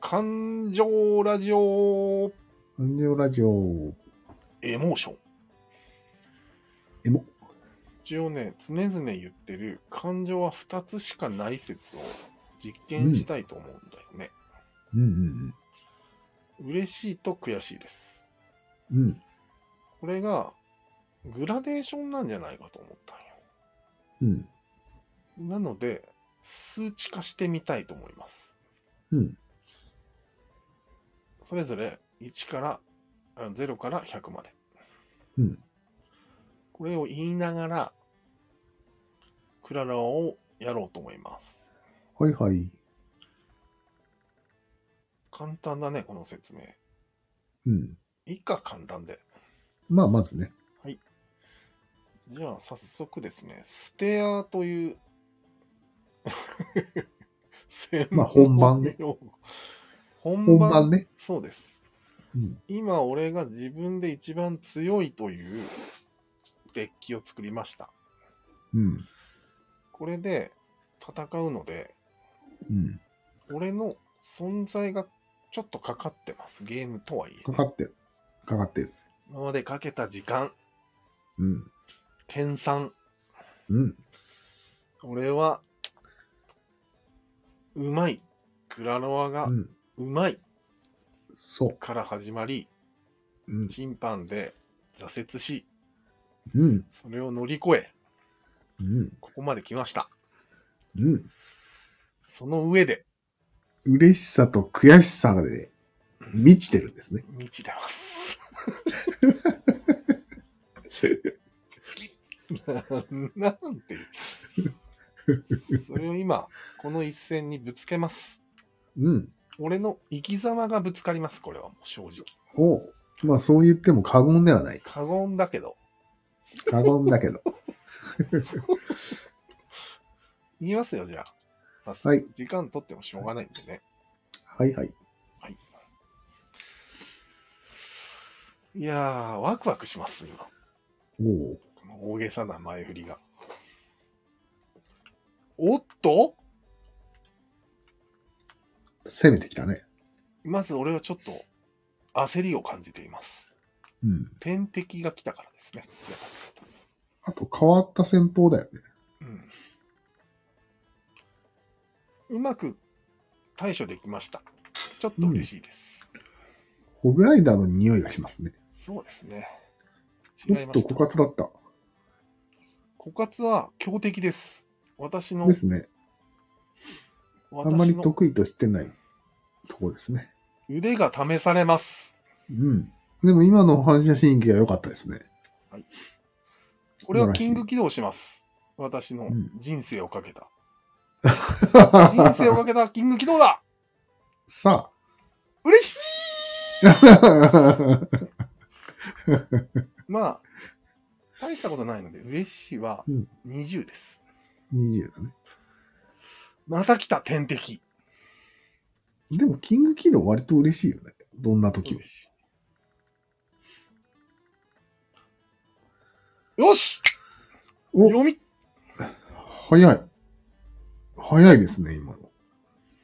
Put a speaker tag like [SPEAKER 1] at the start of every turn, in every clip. [SPEAKER 1] 感情ラジオ
[SPEAKER 2] 感情ラジオ、
[SPEAKER 1] エモーション。
[SPEAKER 2] エモ。
[SPEAKER 1] 一応ね、常々言ってる感情は2つしかない説を実験したいと思うんだよね。
[SPEAKER 2] うんうん
[SPEAKER 1] 嬉しいと悔しいです。
[SPEAKER 2] うん。うん。
[SPEAKER 1] これがグラデーションなんじゃないかと思ったんよ。
[SPEAKER 2] うん。
[SPEAKER 1] なので、数値化してみたいと思います。
[SPEAKER 2] うん。
[SPEAKER 1] それぞれ1から、あ0から100まで。
[SPEAKER 2] うん。
[SPEAKER 1] これを言いながら、クララをやろうと思います。
[SPEAKER 2] はいはい。
[SPEAKER 1] 簡単だね、この説明。
[SPEAKER 2] うん。
[SPEAKER 1] 以下簡単で。
[SPEAKER 2] まあ、まずね。
[SPEAKER 1] じゃあ、早速ですね、ステアという専
[SPEAKER 2] まあ本番ね
[SPEAKER 1] 用語本
[SPEAKER 2] 本
[SPEAKER 1] 番
[SPEAKER 2] 番ね。
[SPEAKER 1] そうです。
[SPEAKER 2] うん。
[SPEAKER 1] 今、俺が自分で一番強いというデッキを作りました。
[SPEAKER 2] うん。
[SPEAKER 1] これで戦うので、
[SPEAKER 2] うん。
[SPEAKER 1] 俺の存在がちょっとかかってます。ゲームとはいえ、
[SPEAKER 2] かかってる。かかってる。
[SPEAKER 1] 今までかけた時間、
[SPEAKER 2] うん。
[SPEAKER 1] 研鑽。
[SPEAKER 2] うん。
[SPEAKER 1] 俺は、うまい。クラロワが
[SPEAKER 2] うん。
[SPEAKER 1] うまい
[SPEAKER 2] そう。
[SPEAKER 1] から始まり、
[SPEAKER 2] うん。
[SPEAKER 1] チンパンで挫折し、
[SPEAKER 2] うん。
[SPEAKER 1] それを乗り越え、
[SPEAKER 2] うん。
[SPEAKER 1] ここまで来ました。
[SPEAKER 2] うん。
[SPEAKER 1] その上で、
[SPEAKER 2] 嬉しさと悔しさで満ちてるんですね。
[SPEAKER 1] 満ちてます。 なんていう。それを今、この一戦にぶつけます。
[SPEAKER 2] うん。
[SPEAKER 1] 俺の生き様がぶつかります、これはもう正直。
[SPEAKER 2] おうまあ、そう言っても過言ではない。
[SPEAKER 1] 過言だけど、
[SPEAKER 2] 過言だ けど。
[SPEAKER 1] 言いますよ、じゃあ。さす
[SPEAKER 2] はい
[SPEAKER 1] 時間取ってもしょうがないんでね。
[SPEAKER 2] はいはい。
[SPEAKER 1] はい。いやー、ワクワクします、今。
[SPEAKER 2] おう
[SPEAKER 1] この大げさな前振りが。おっと
[SPEAKER 2] 攻めてきたね。
[SPEAKER 1] まず俺はちょっと焦りを感じています。
[SPEAKER 2] うん。
[SPEAKER 1] 天敵が来たからですね。
[SPEAKER 2] あと、変わった戦法だよね。
[SPEAKER 1] うん、うまく対処できました。ちょっと嬉しいです。
[SPEAKER 2] ホグライダーの匂いがしますね。
[SPEAKER 1] そうですね。違
[SPEAKER 2] も
[SPEAKER 1] い
[SPEAKER 2] っ
[SPEAKER 1] ま
[SPEAKER 2] と
[SPEAKER 1] した。
[SPEAKER 2] 枯渇だった。
[SPEAKER 1] 枯渇は強敵です。私の
[SPEAKER 2] で、すね。あんま
[SPEAKER 1] 私
[SPEAKER 2] り
[SPEAKER 1] の
[SPEAKER 2] 得意としてないとこですね。
[SPEAKER 1] 腕が試されます。
[SPEAKER 2] うん。でも今の反射神経が良かったですね。
[SPEAKER 1] これはキング起動します。私の人生をかけた。人生をかけた キング起動だ
[SPEAKER 2] さ
[SPEAKER 1] 嬉しい
[SPEAKER 2] あ。
[SPEAKER 1] まあ、大したことないので、嬉しいは
[SPEAKER 2] うん
[SPEAKER 1] 20です。
[SPEAKER 2] 20だね。
[SPEAKER 1] また来た天敵。
[SPEAKER 2] でも、キングキド割と嬉しいよね。どんな時も
[SPEAKER 1] 嬉。しいよし
[SPEAKER 2] お
[SPEAKER 1] 読み、
[SPEAKER 2] 早い。早いですね、今の。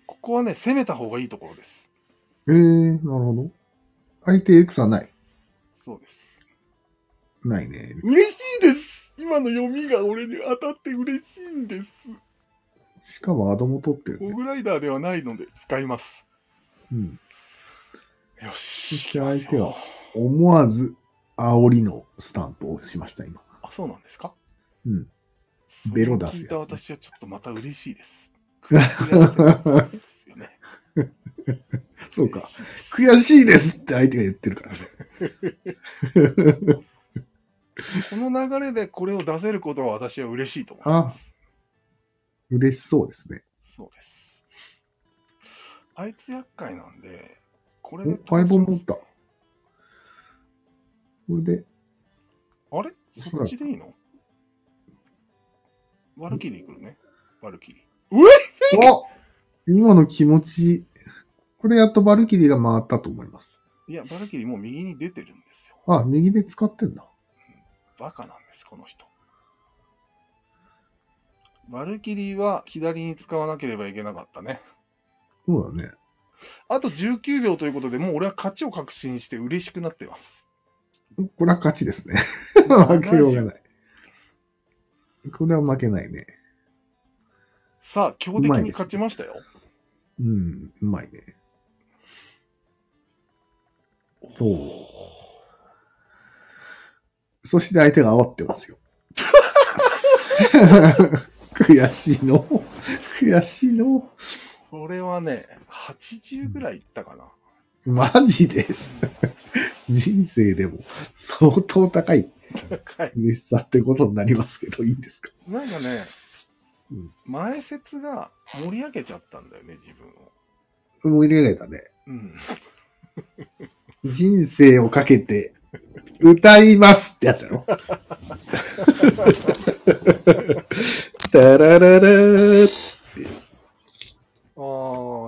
[SPEAKER 1] ここはね、攻めた方がいいところです。
[SPEAKER 2] えー、なるほど。相手エクサない。
[SPEAKER 1] そうです。
[SPEAKER 2] ないね。
[SPEAKER 1] 嬉しいです今の読みが俺に当たって嬉しいんです。
[SPEAKER 2] しかもアドも取ってる
[SPEAKER 1] ホ
[SPEAKER 2] ね。
[SPEAKER 1] グライダーではないので使います。
[SPEAKER 2] うん。
[SPEAKER 1] よ
[SPEAKER 2] そ
[SPEAKER 1] し。
[SPEAKER 2] して
[SPEAKER 1] 行きます
[SPEAKER 2] 相手は
[SPEAKER 1] よ
[SPEAKER 2] 思わず、煽りのスタンプをしました、今。
[SPEAKER 1] あ、そうなんですか
[SPEAKER 2] うん。
[SPEAKER 1] ベ
[SPEAKER 2] ベ
[SPEAKER 1] ロ
[SPEAKER 2] ロ
[SPEAKER 1] 出
[SPEAKER 2] 出
[SPEAKER 1] す聞
[SPEAKER 2] すやつね
[SPEAKER 1] いた私はちょっとまた嬉しいです。悔しがらせたんですよね。
[SPEAKER 2] そうか。
[SPEAKER 1] 嬉しいです
[SPEAKER 2] 悔しいですって相手が言ってるからね。
[SPEAKER 1] この流れでこれを出せることは私は嬉しいと思います。
[SPEAKER 2] 嬉しそうですね。
[SPEAKER 1] そうです。あいつ厄介なんで、これ
[SPEAKER 2] お
[SPEAKER 1] で、
[SPEAKER 2] パイボン
[SPEAKER 1] 倒
[SPEAKER 2] 持っ
[SPEAKER 1] しま
[SPEAKER 2] た。これで、
[SPEAKER 1] すあれそっちでいいのワルキリー来るね。ワルキリー。
[SPEAKER 2] お今の気持ち、これやっとバルキリーが回ったと思います。
[SPEAKER 1] いや、ワルキリーもう右に出てるんですよ。
[SPEAKER 2] あ、右で使ってんだ。
[SPEAKER 1] バカなんです、この人。バルキリーは左に使わなければいけなかったね。
[SPEAKER 2] そうだね。
[SPEAKER 1] あと19秒ということで、もう俺は勝ちを確信して嬉しくなってます。
[SPEAKER 2] これは勝ちです ね。負けようがない。これは負けないね。
[SPEAKER 1] さあ、強敵に勝ちましたよ。
[SPEAKER 2] うん、うまいね。おお。そして相手が煽ってますよ。 悔しいの。悔しいの。
[SPEAKER 1] これはね、80ぐらいいったかな。
[SPEAKER 2] マジで。人生でも相当高い
[SPEAKER 1] 高い。
[SPEAKER 2] 嬉しさってことになりますけど、いいんですか
[SPEAKER 1] なんかね、
[SPEAKER 2] うん
[SPEAKER 1] 前説が盛り上げちゃったんだよね、自分を。
[SPEAKER 2] もう入れられたね。
[SPEAKER 1] うん。
[SPEAKER 2] 人生をかけて歌いますってやつやろ。 タラララーってやつ。
[SPEAKER 1] ああ、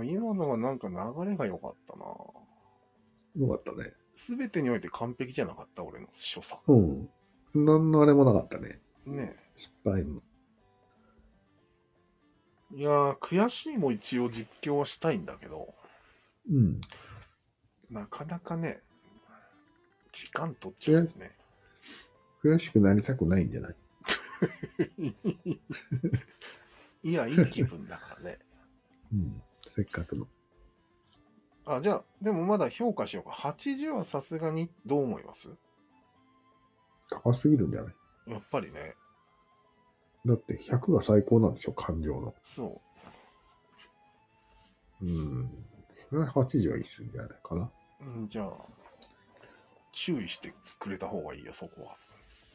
[SPEAKER 1] 今のはなんか流れが良かったな。
[SPEAKER 2] よかったね。
[SPEAKER 1] すべてにおいて完璧じゃなかった、俺の所作。
[SPEAKER 2] うん。何のあれもなかったね。
[SPEAKER 1] ね
[SPEAKER 2] 失敗も。
[SPEAKER 1] えいやー、悔しいも一応実況はしたいんだけど、
[SPEAKER 2] うん。
[SPEAKER 1] なかなかね、時間取っちゃうよね。
[SPEAKER 2] 悔しくなりたくないんじゃない
[SPEAKER 1] いや、いい気分だから ね。
[SPEAKER 2] うん。せっかくの。
[SPEAKER 1] あ、じゃあ、でもまだ評価しようか。80はさすがにどう思います
[SPEAKER 2] 高すぎるんじゃない
[SPEAKER 1] やっぱりね、
[SPEAKER 2] だって100が最高なんでしょ感情の。
[SPEAKER 1] そ
[SPEAKER 2] うん。それは80はいいっすんじゃないかな。
[SPEAKER 1] う。うん、じゃあ、注意してくれた方がいいよ、そこは。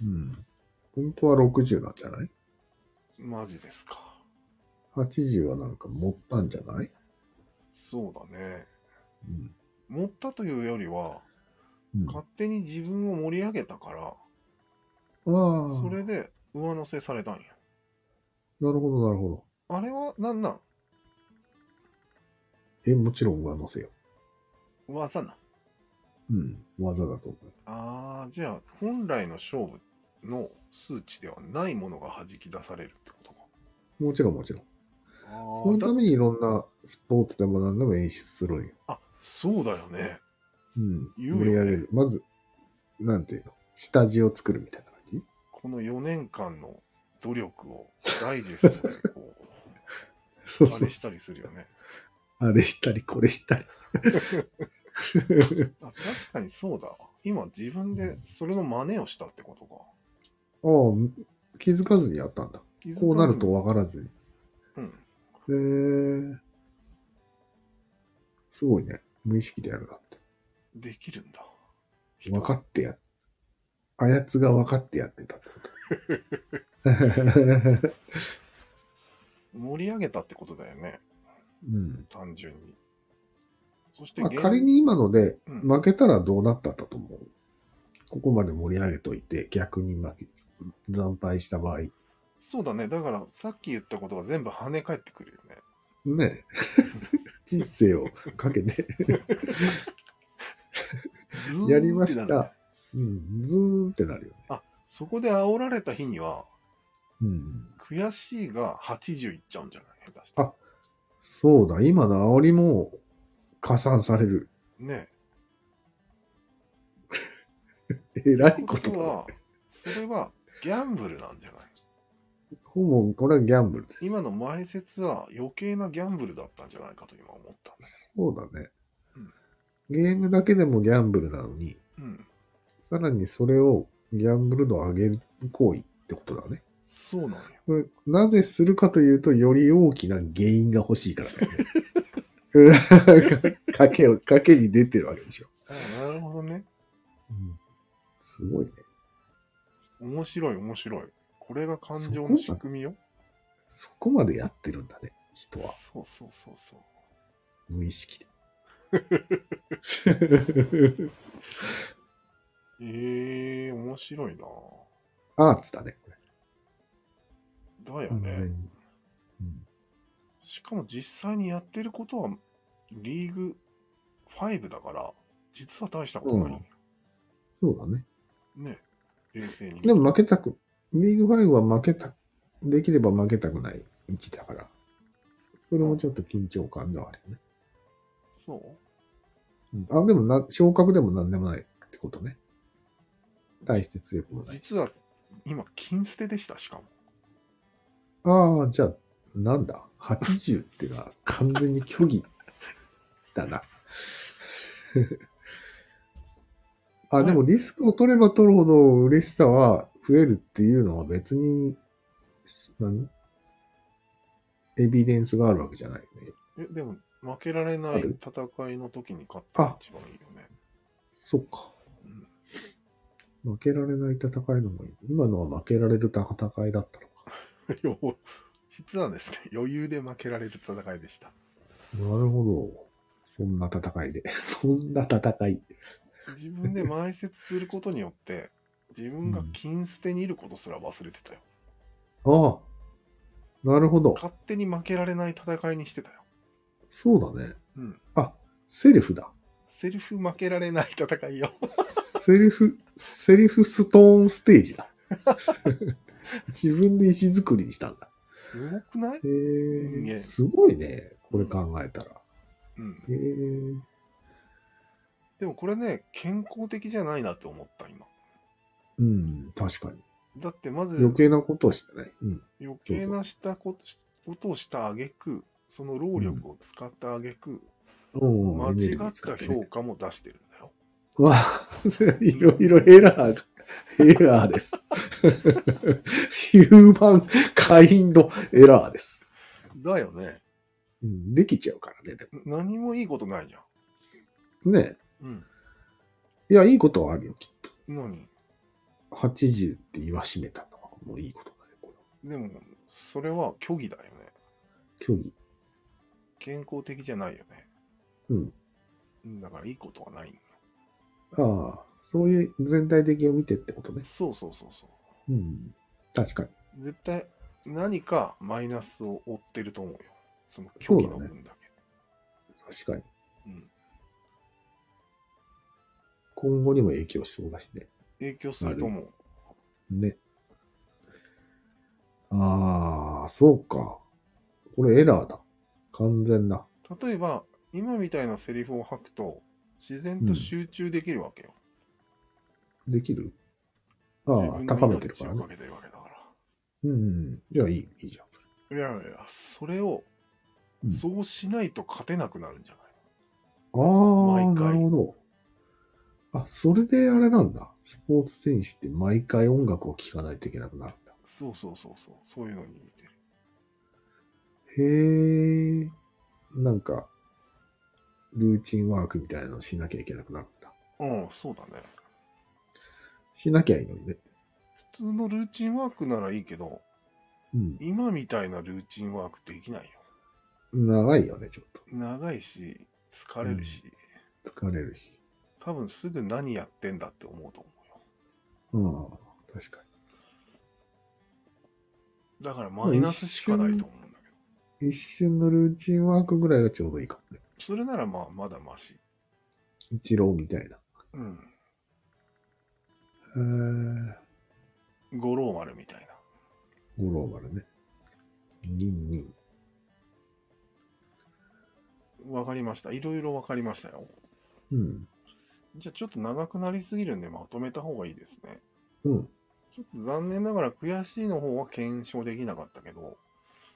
[SPEAKER 2] うん。本当は60なんじゃない
[SPEAKER 1] マジですか。
[SPEAKER 2] 80はなんか持ったんじゃない
[SPEAKER 1] そうだね。
[SPEAKER 2] うん。
[SPEAKER 1] 持ったというよりは、
[SPEAKER 2] うん、
[SPEAKER 1] 勝手に自分を盛り上げたから、
[SPEAKER 2] ああ、
[SPEAKER 1] それで上乗せされたんや。
[SPEAKER 2] なるほど、なるほど。
[SPEAKER 1] あれはなんなん
[SPEAKER 2] え、もちろん上乗せよ。
[SPEAKER 1] 噂な。
[SPEAKER 2] うん、技だと思う。
[SPEAKER 1] ああ、じゃあ、本来の勝負の数値ではないものが弾き出されるってことか。
[SPEAKER 2] もちろん、もちろん。
[SPEAKER 1] あ
[SPEAKER 2] そ
[SPEAKER 1] ー
[SPEAKER 2] の
[SPEAKER 1] だ
[SPEAKER 2] ためにいろんなスポーツでも何でも演出するんよ。
[SPEAKER 1] あ、そうだよね。
[SPEAKER 2] うん。
[SPEAKER 1] 言うよね
[SPEAKER 2] 盛り上げる。まず、なんていうの下地を作るみたいな感 じ
[SPEAKER 1] この4年間の努力をダイジェストでこ、
[SPEAKER 2] そうう
[SPEAKER 1] あ
[SPEAKER 2] そう
[SPEAKER 1] れ。したりするよね。
[SPEAKER 2] あれしたり、これした り。
[SPEAKER 1] あ確かにそうだわ。今自分でそれの真似をしたってことか。
[SPEAKER 2] ああ、気づかずにやったんだ。
[SPEAKER 1] 気づかずに
[SPEAKER 2] こうなると。分からずに。
[SPEAKER 1] うん。
[SPEAKER 2] へえ。すごいね。無意識でやるなって。
[SPEAKER 1] できるんだ。
[SPEAKER 2] 分かってや、あやつが分かってやってたって こと。
[SPEAKER 1] 盛り上げたってことだよね。
[SPEAKER 2] うん。
[SPEAKER 1] 単純に。そして
[SPEAKER 2] まあ、
[SPEAKER 1] ゲーム
[SPEAKER 2] 仮、に今ので
[SPEAKER 1] うん
[SPEAKER 2] 負けたらどうなったかと思う。ここまで盛り上げといて、逆に負け、惨敗した場合。
[SPEAKER 1] そうだね。だからさっき言ったことが全部跳ね返ってくるよね。
[SPEAKER 2] ねえ人生をかけて、
[SPEAKER 1] ズーン
[SPEAKER 2] やりまし
[SPEAKER 1] ってなる
[SPEAKER 2] た。うん、ズーンってなるよね。
[SPEAKER 1] そこで煽られた日には、
[SPEAKER 2] うん。
[SPEAKER 1] 悔しいが80いっちゃうんじゃない下手して
[SPEAKER 2] あ。そうだ、今の煽りも加算される。
[SPEAKER 1] ね
[SPEAKER 2] えらい
[SPEAKER 1] え。
[SPEAKER 2] こ
[SPEAKER 1] と
[SPEAKER 2] とだ。
[SPEAKER 1] は、それはギャンブルなんじゃない
[SPEAKER 2] ほぼ、これはギャンブルです。
[SPEAKER 1] 今の前説は余計なギャンブルだったんじゃないかと今思ったんだよ。
[SPEAKER 2] そうだね。ゲームだけでもギャンブルなのに、
[SPEAKER 1] うん。
[SPEAKER 2] さらにそれをギャンブル度を上げる行為ってことだね。
[SPEAKER 1] そうなんよ。
[SPEAKER 2] これ、なぜするかというと、より大きな原因が欲しいからだよね。かけを、かけに出てるわけでしょ。
[SPEAKER 1] あなるほどね。
[SPEAKER 2] すごいね。
[SPEAKER 1] 面白い面白い。これが感情の仕組みよ。
[SPEAKER 2] そこまでやってるんだね、人は。
[SPEAKER 1] そうそうそうそう。
[SPEAKER 2] 無意識で。
[SPEAKER 1] ええ面白いな
[SPEAKER 2] アーツだね、これ。
[SPEAKER 1] だよ
[SPEAKER 2] 完
[SPEAKER 1] ね。
[SPEAKER 2] 全にうん
[SPEAKER 1] しかも実際にやってることはリーグ5だから、実は大したことない。
[SPEAKER 2] そうだね。
[SPEAKER 1] ね。冷静に。
[SPEAKER 2] でも負けたく、リーグ5は負けたできれば負けたくない位置だから、それもちょっと緊張感のあるよね。
[SPEAKER 1] そう
[SPEAKER 2] うんあ、でもな、昇格でもなんでもないってことね。大して強くもない。
[SPEAKER 1] 実は今、金捨てでした、しかも。
[SPEAKER 2] ああ、じゃあ、なんだ ?80 っていうのは完全に虚偽だな。 あ、でもリスクを取れば取るほど嬉しさは増えるっていうのは別に、何エビデンスがあるわけじゃないよね。
[SPEAKER 1] え、でも、負けられな
[SPEAKER 2] あ
[SPEAKER 1] い
[SPEAKER 2] る
[SPEAKER 1] 戦いの時に勝ったら一番いいよね。
[SPEAKER 2] そっか。負けられない戦いのもいい。今のは負けられる戦いだったのか。
[SPEAKER 1] よ実はですね、 余裕で負けられる戦いでした。
[SPEAKER 2] なるほど。そんな戦いで。 そんな戦い。
[SPEAKER 1] 自分で埋設することによって、自分が金捨てにいることすら忘れてたよ。
[SPEAKER 2] ああ。なるほど。
[SPEAKER 1] 勝手に負けられない戦いにしてたよ。
[SPEAKER 2] そうだね。
[SPEAKER 1] うん。
[SPEAKER 2] あ、セリフだ。
[SPEAKER 1] セルフ負けられない戦いよ。
[SPEAKER 2] セリフ、セリフストーンステ ージだ。自分で石作りにしたんだ。
[SPEAKER 1] すごくない
[SPEAKER 2] へ
[SPEAKER 1] いいね
[SPEAKER 2] え。すごいね。これ考えたら。
[SPEAKER 1] うん。
[SPEAKER 2] へえ。
[SPEAKER 1] でもこれね、健康的じゃないなと思った、今。
[SPEAKER 2] うん、確かに。
[SPEAKER 1] だってまず
[SPEAKER 2] 余計なことをしてない。うん。
[SPEAKER 1] 余計なしたことしことをした挙句その労力を使った挙句、
[SPEAKER 2] うん
[SPEAKER 1] 間
[SPEAKER 2] エネルギ
[SPEAKER 1] 違
[SPEAKER 2] ー
[SPEAKER 1] っ
[SPEAKER 2] 使
[SPEAKER 1] た
[SPEAKER 2] てね
[SPEAKER 1] 評価も出してるんだよ。
[SPEAKER 2] わあ、 いろいろエラーが、エラーです。 ヒューマンカインドエラーです。
[SPEAKER 1] だよね。
[SPEAKER 2] うんできちゃうからね、で
[SPEAKER 1] 何もいいことないじゃん。
[SPEAKER 2] も。ね
[SPEAKER 1] うん。
[SPEAKER 2] いや、いいことはあるよ、きっ
[SPEAKER 1] 何
[SPEAKER 2] と。80って言わしめたのは、もういいことだね、こ
[SPEAKER 1] でも、それは虚偽だよね。
[SPEAKER 2] れ。虚偽。
[SPEAKER 1] 健康的じゃないよね。
[SPEAKER 2] うん。
[SPEAKER 1] だからいいことはないんだよ。
[SPEAKER 2] ああ、そういう全体的を見てってことね。
[SPEAKER 1] そうそうそうそ
[SPEAKER 2] うん。確かに。
[SPEAKER 1] う。絶対何かマイナスを負ってると思うよ。その虚偽の分だ
[SPEAKER 2] 確かに。
[SPEAKER 1] け。うん。
[SPEAKER 2] 今後にも影響しそうだしね。
[SPEAKER 1] 影響すると思う。
[SPEAKER 2] ね。ああ、そうか。これエラーだ。完全な。
[SPEAKER 1] 例えば、今みたいなセリフを吐くと、自然と集中できるわけよ。
[SPEAKER 2] できるああ、
[SPEAKER 1] 自分の
[SPEAKER 2] 高めてるから
[SPEAKER 1] 命を
[SPEAKER 2] ね
[SPEAKER 1] か。けてるわけだか
[SPEAKER 2] うんうん。いや、いい、いいじゃん。
[SPEAKER 1] ら。いやいや、それを、
[SPEAKER 2] うん
[SPEAKER 1] そうしないと勝てなくなるんじゃない
[SPEAKER 2] ああ、
[SPEAKER 1] 毎回
[SPEAKER 2] なるほど。あ、それであれなんだ。スポーツ選手って毎回音楽を聴かないといけなくなるんだ。
[SPEAKER 1] そうそうそうそう、そういうのに似てる。
[SPEAKER 2] へえ。なんか、ルーチンワークみたいなのしなきゃいけなくなるんだ。
[SPEAKER 1] うん、そうだね。
[SPEAKER 2] しなきゃいいのにね。
[SPEAKER 1] 普通のルーチンワークならいいけど、
[SPEAKER 2] うん。
[SPEAKER 1] 今みたいなルーチンワークできないよ。
[SPEAKER 2] 長いよね、ちょっ
[SPEAKER 1] 長いし、疲れるし、
[SPEAKER 2] と。疲れるし。
[SPEAKER 1] 多分すぐ何やってんだって思うと思うよ。
[SPEAKER 2] うん。確か
[SPEAKER 1] だからマイナスしかないと思うんだけど。
[SPEAKER 2] に。一瞬のルーチンワークぐらいがちょうどいいかもね。
[SPEAKER 1] それならまあ、まだマシ。
[SPEAKER 2] 一郎みたいな。
[SPEAKER 1] うん。
[SPEAKER 2] へえ。
[SPEAKER 1] 五郎丸みたいな。
[SPEAKER 2] 五郎丸ね。ニンニン。
[SPEAKER 1] わかりました。いろいろわかりましたよ。
[SPEAKER 2] うん。
[SPEAKER 1] じゃあちょっと長くなりすぎるんでまとめた方がいいですね。
[SPEAKER 2] うん。
[SPEAKER 1] ちょっと残念ながら悔しいの方は検証できなかったけど、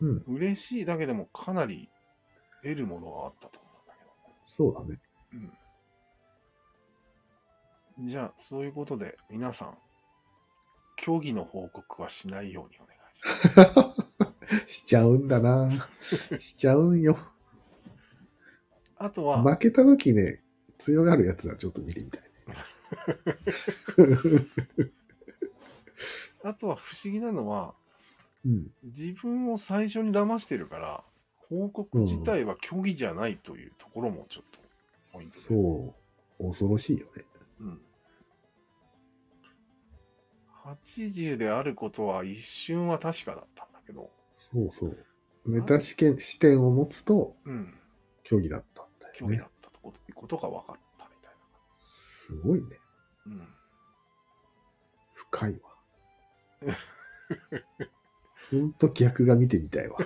[SPEAKER 2] うん。
[SPEAKER 1] 嬉しいだけでもかなり得るものがあったと思
[SPEAKER 2] そうだね。
[SPEAKER 1] うんだけど。うん。じゃあそういうことで皆さん、虚偽の報告はしないようにお願いします。
[SPEAKER 2] しちゃうんだな。しちゃうんよ。
[SPEAKER 1] あとは、
[SPEAKER 2] 負けた時ね、強がるやつはちょっと見てみたいね。
[SPEAKER 1] あとは不思議なのは、
[SPEAKER 2] うん。
[SPEAKER 1] 自分を最初に騙してるから、報告自体は虚偽じゃないというところもちょっとポイントで。
[SPEAKER 2] そう。恐ろしいよね。
[SPEAKER 1] うん。80であることは一瞬は確かだったんだけど、
[SPEAKER 2] そうそう。メタ試験視点を持つと、
[SPEAKER 1] うん、
[SPEAKER 2] 競技だったんだ
[SPEAKER 1] 虚偽
[SPEAKER 2] よね
[SPEAKER 1] だ。ったとこと,、ことが分かったみたい
[SPEAKER 2] すごいね。
[SPEAKER 1] な。うん。
[SPEAKER 2] 深いわ。ほんと逆が見てみたいわ。